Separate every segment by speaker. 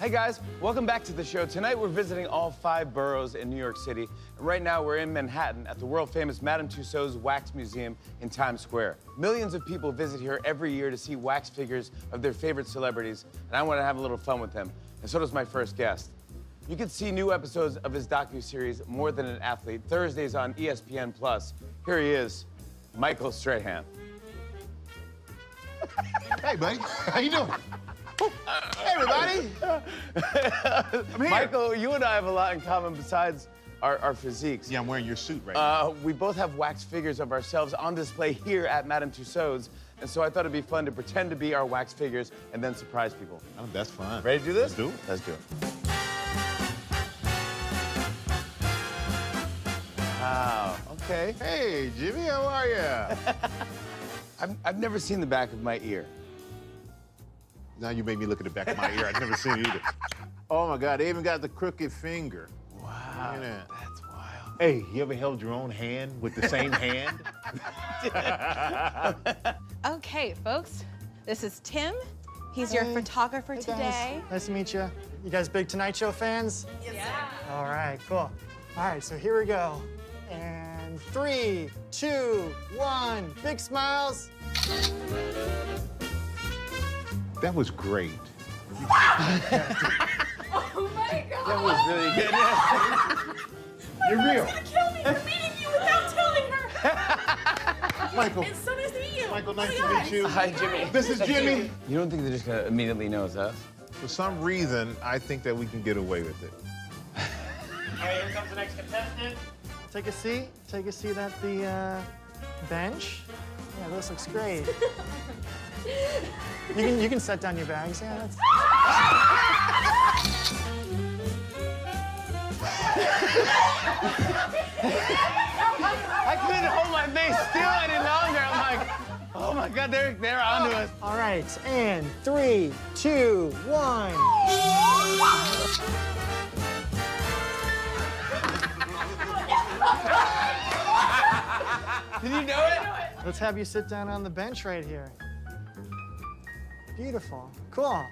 Speaker 1: Hey guys, welcome back to the show. Tonight we're visiting all five boroughs in New York City. And right now we're in Manhattan at the world famous Madame Tussauds Wax Museum in Times Square. Millions of people visit here every year to see wax figures of their favorite celebrities, and I want to have a little fun with them. And so does my first guest. You can see new episodes of his docu-series More Than an Athlete Thursdays on E ESPN Plus. Here he is, Michael Strahan.
Speaker 2: Hey, buddy. How you doing? Hey, everybody. I'm here.
Speaker 1: Michael, you and I have a lot in common besides our, our physiques.
Speaker 2: Yeah, I'm wearing your suit right
Speaker 1: Uh, we both have wax figures of ourselves on display here at Madame Tussauds, and so I thought it'd be fun to pretend to be our wax figures and then surprise people.
Speaker 2: now. Oh, that's fine.
Speaker 1: Ready to do this?
Speaker 2: Let's do it.
Speaker 1: Let's do it. Wow. Okay.
Speaker 2: Hey, Jimmy, how are you?
Speaker 1: I've, I've never seen the back of my ear.
Speaker 2: now you made me look at the back of my ear. I've never seen it either. Oh my God, they even got the crooked finger.
Speaker 1: Wow.
Speaker 2: Look at that.
Speaker 1: That's wild.
Speaker 2: Hey, you ever held your own hand with the same hand?
Speaker 3: Okay, folks, this is Tim. He's your photographer
Speaker 4: Hey, guys.
Speaker 3: today.
Speaker 4: Nice to meet you. You guys big Tonight Show fans? Yes. All right, cool. All right, so here we go. And three, two, one, big smiles.
Speaker 2: That was great.
Speaker 3: Oh my God!
Speaker 1: That was really good.
Speaker 2: You're real.
Speaker 3: Kill me for meeting you without telling her.
Speaker 2: Michael.
Speaker 3: so nice to meet you.
Speaker 2: Michael, nice to meet you.
Speaker 1: Hi, Jimmy.
Speaker 2: This is Jimmy.
Speaker 1: You don't think they're just gonna immediately know it's us?
Speaker 2: For some reason, I think that we can get away with it.
Speaker 5: All right, here comes the next contestant.
Speaker 4: Take a seat. Take a seat at the uh, bench. Yeah, this looks great. you can you can set down your bags. Yeah, that's.
Speaker 1: I couldn't hold my face still any longer. I'm like, oh my God, they're, they're onto us.
Speaker 4: All right, and three, two, one.
Speaker 1: Did you know it?
Speaker 4: Let's have you sit down on the bench right here. Beautiful. Cool.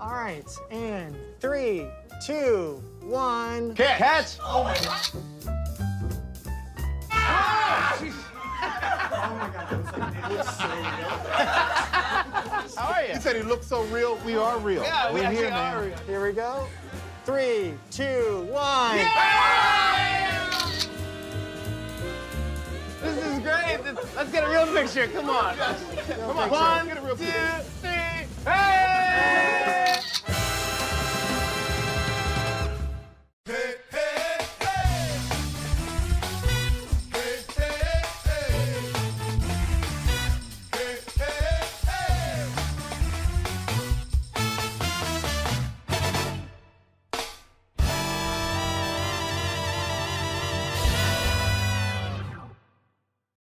Speaker 4: All right, and three, two, one.
Speaker 1: Catch. Catch. Oh Ah! my God. How are you?
Speaker 2: He said he looked so real. We are real.
Speaker 1: Yeah, we
Speaker 2: We're
Speaker 1: actually
Speaker 2: here, man.
Speaker 1: are.
Speaker 4: Here we go. Three, two, one.
Speaker 1: This is great. This- Let's Oh get a real picture. Come on. Come on. One, two, three. Hey!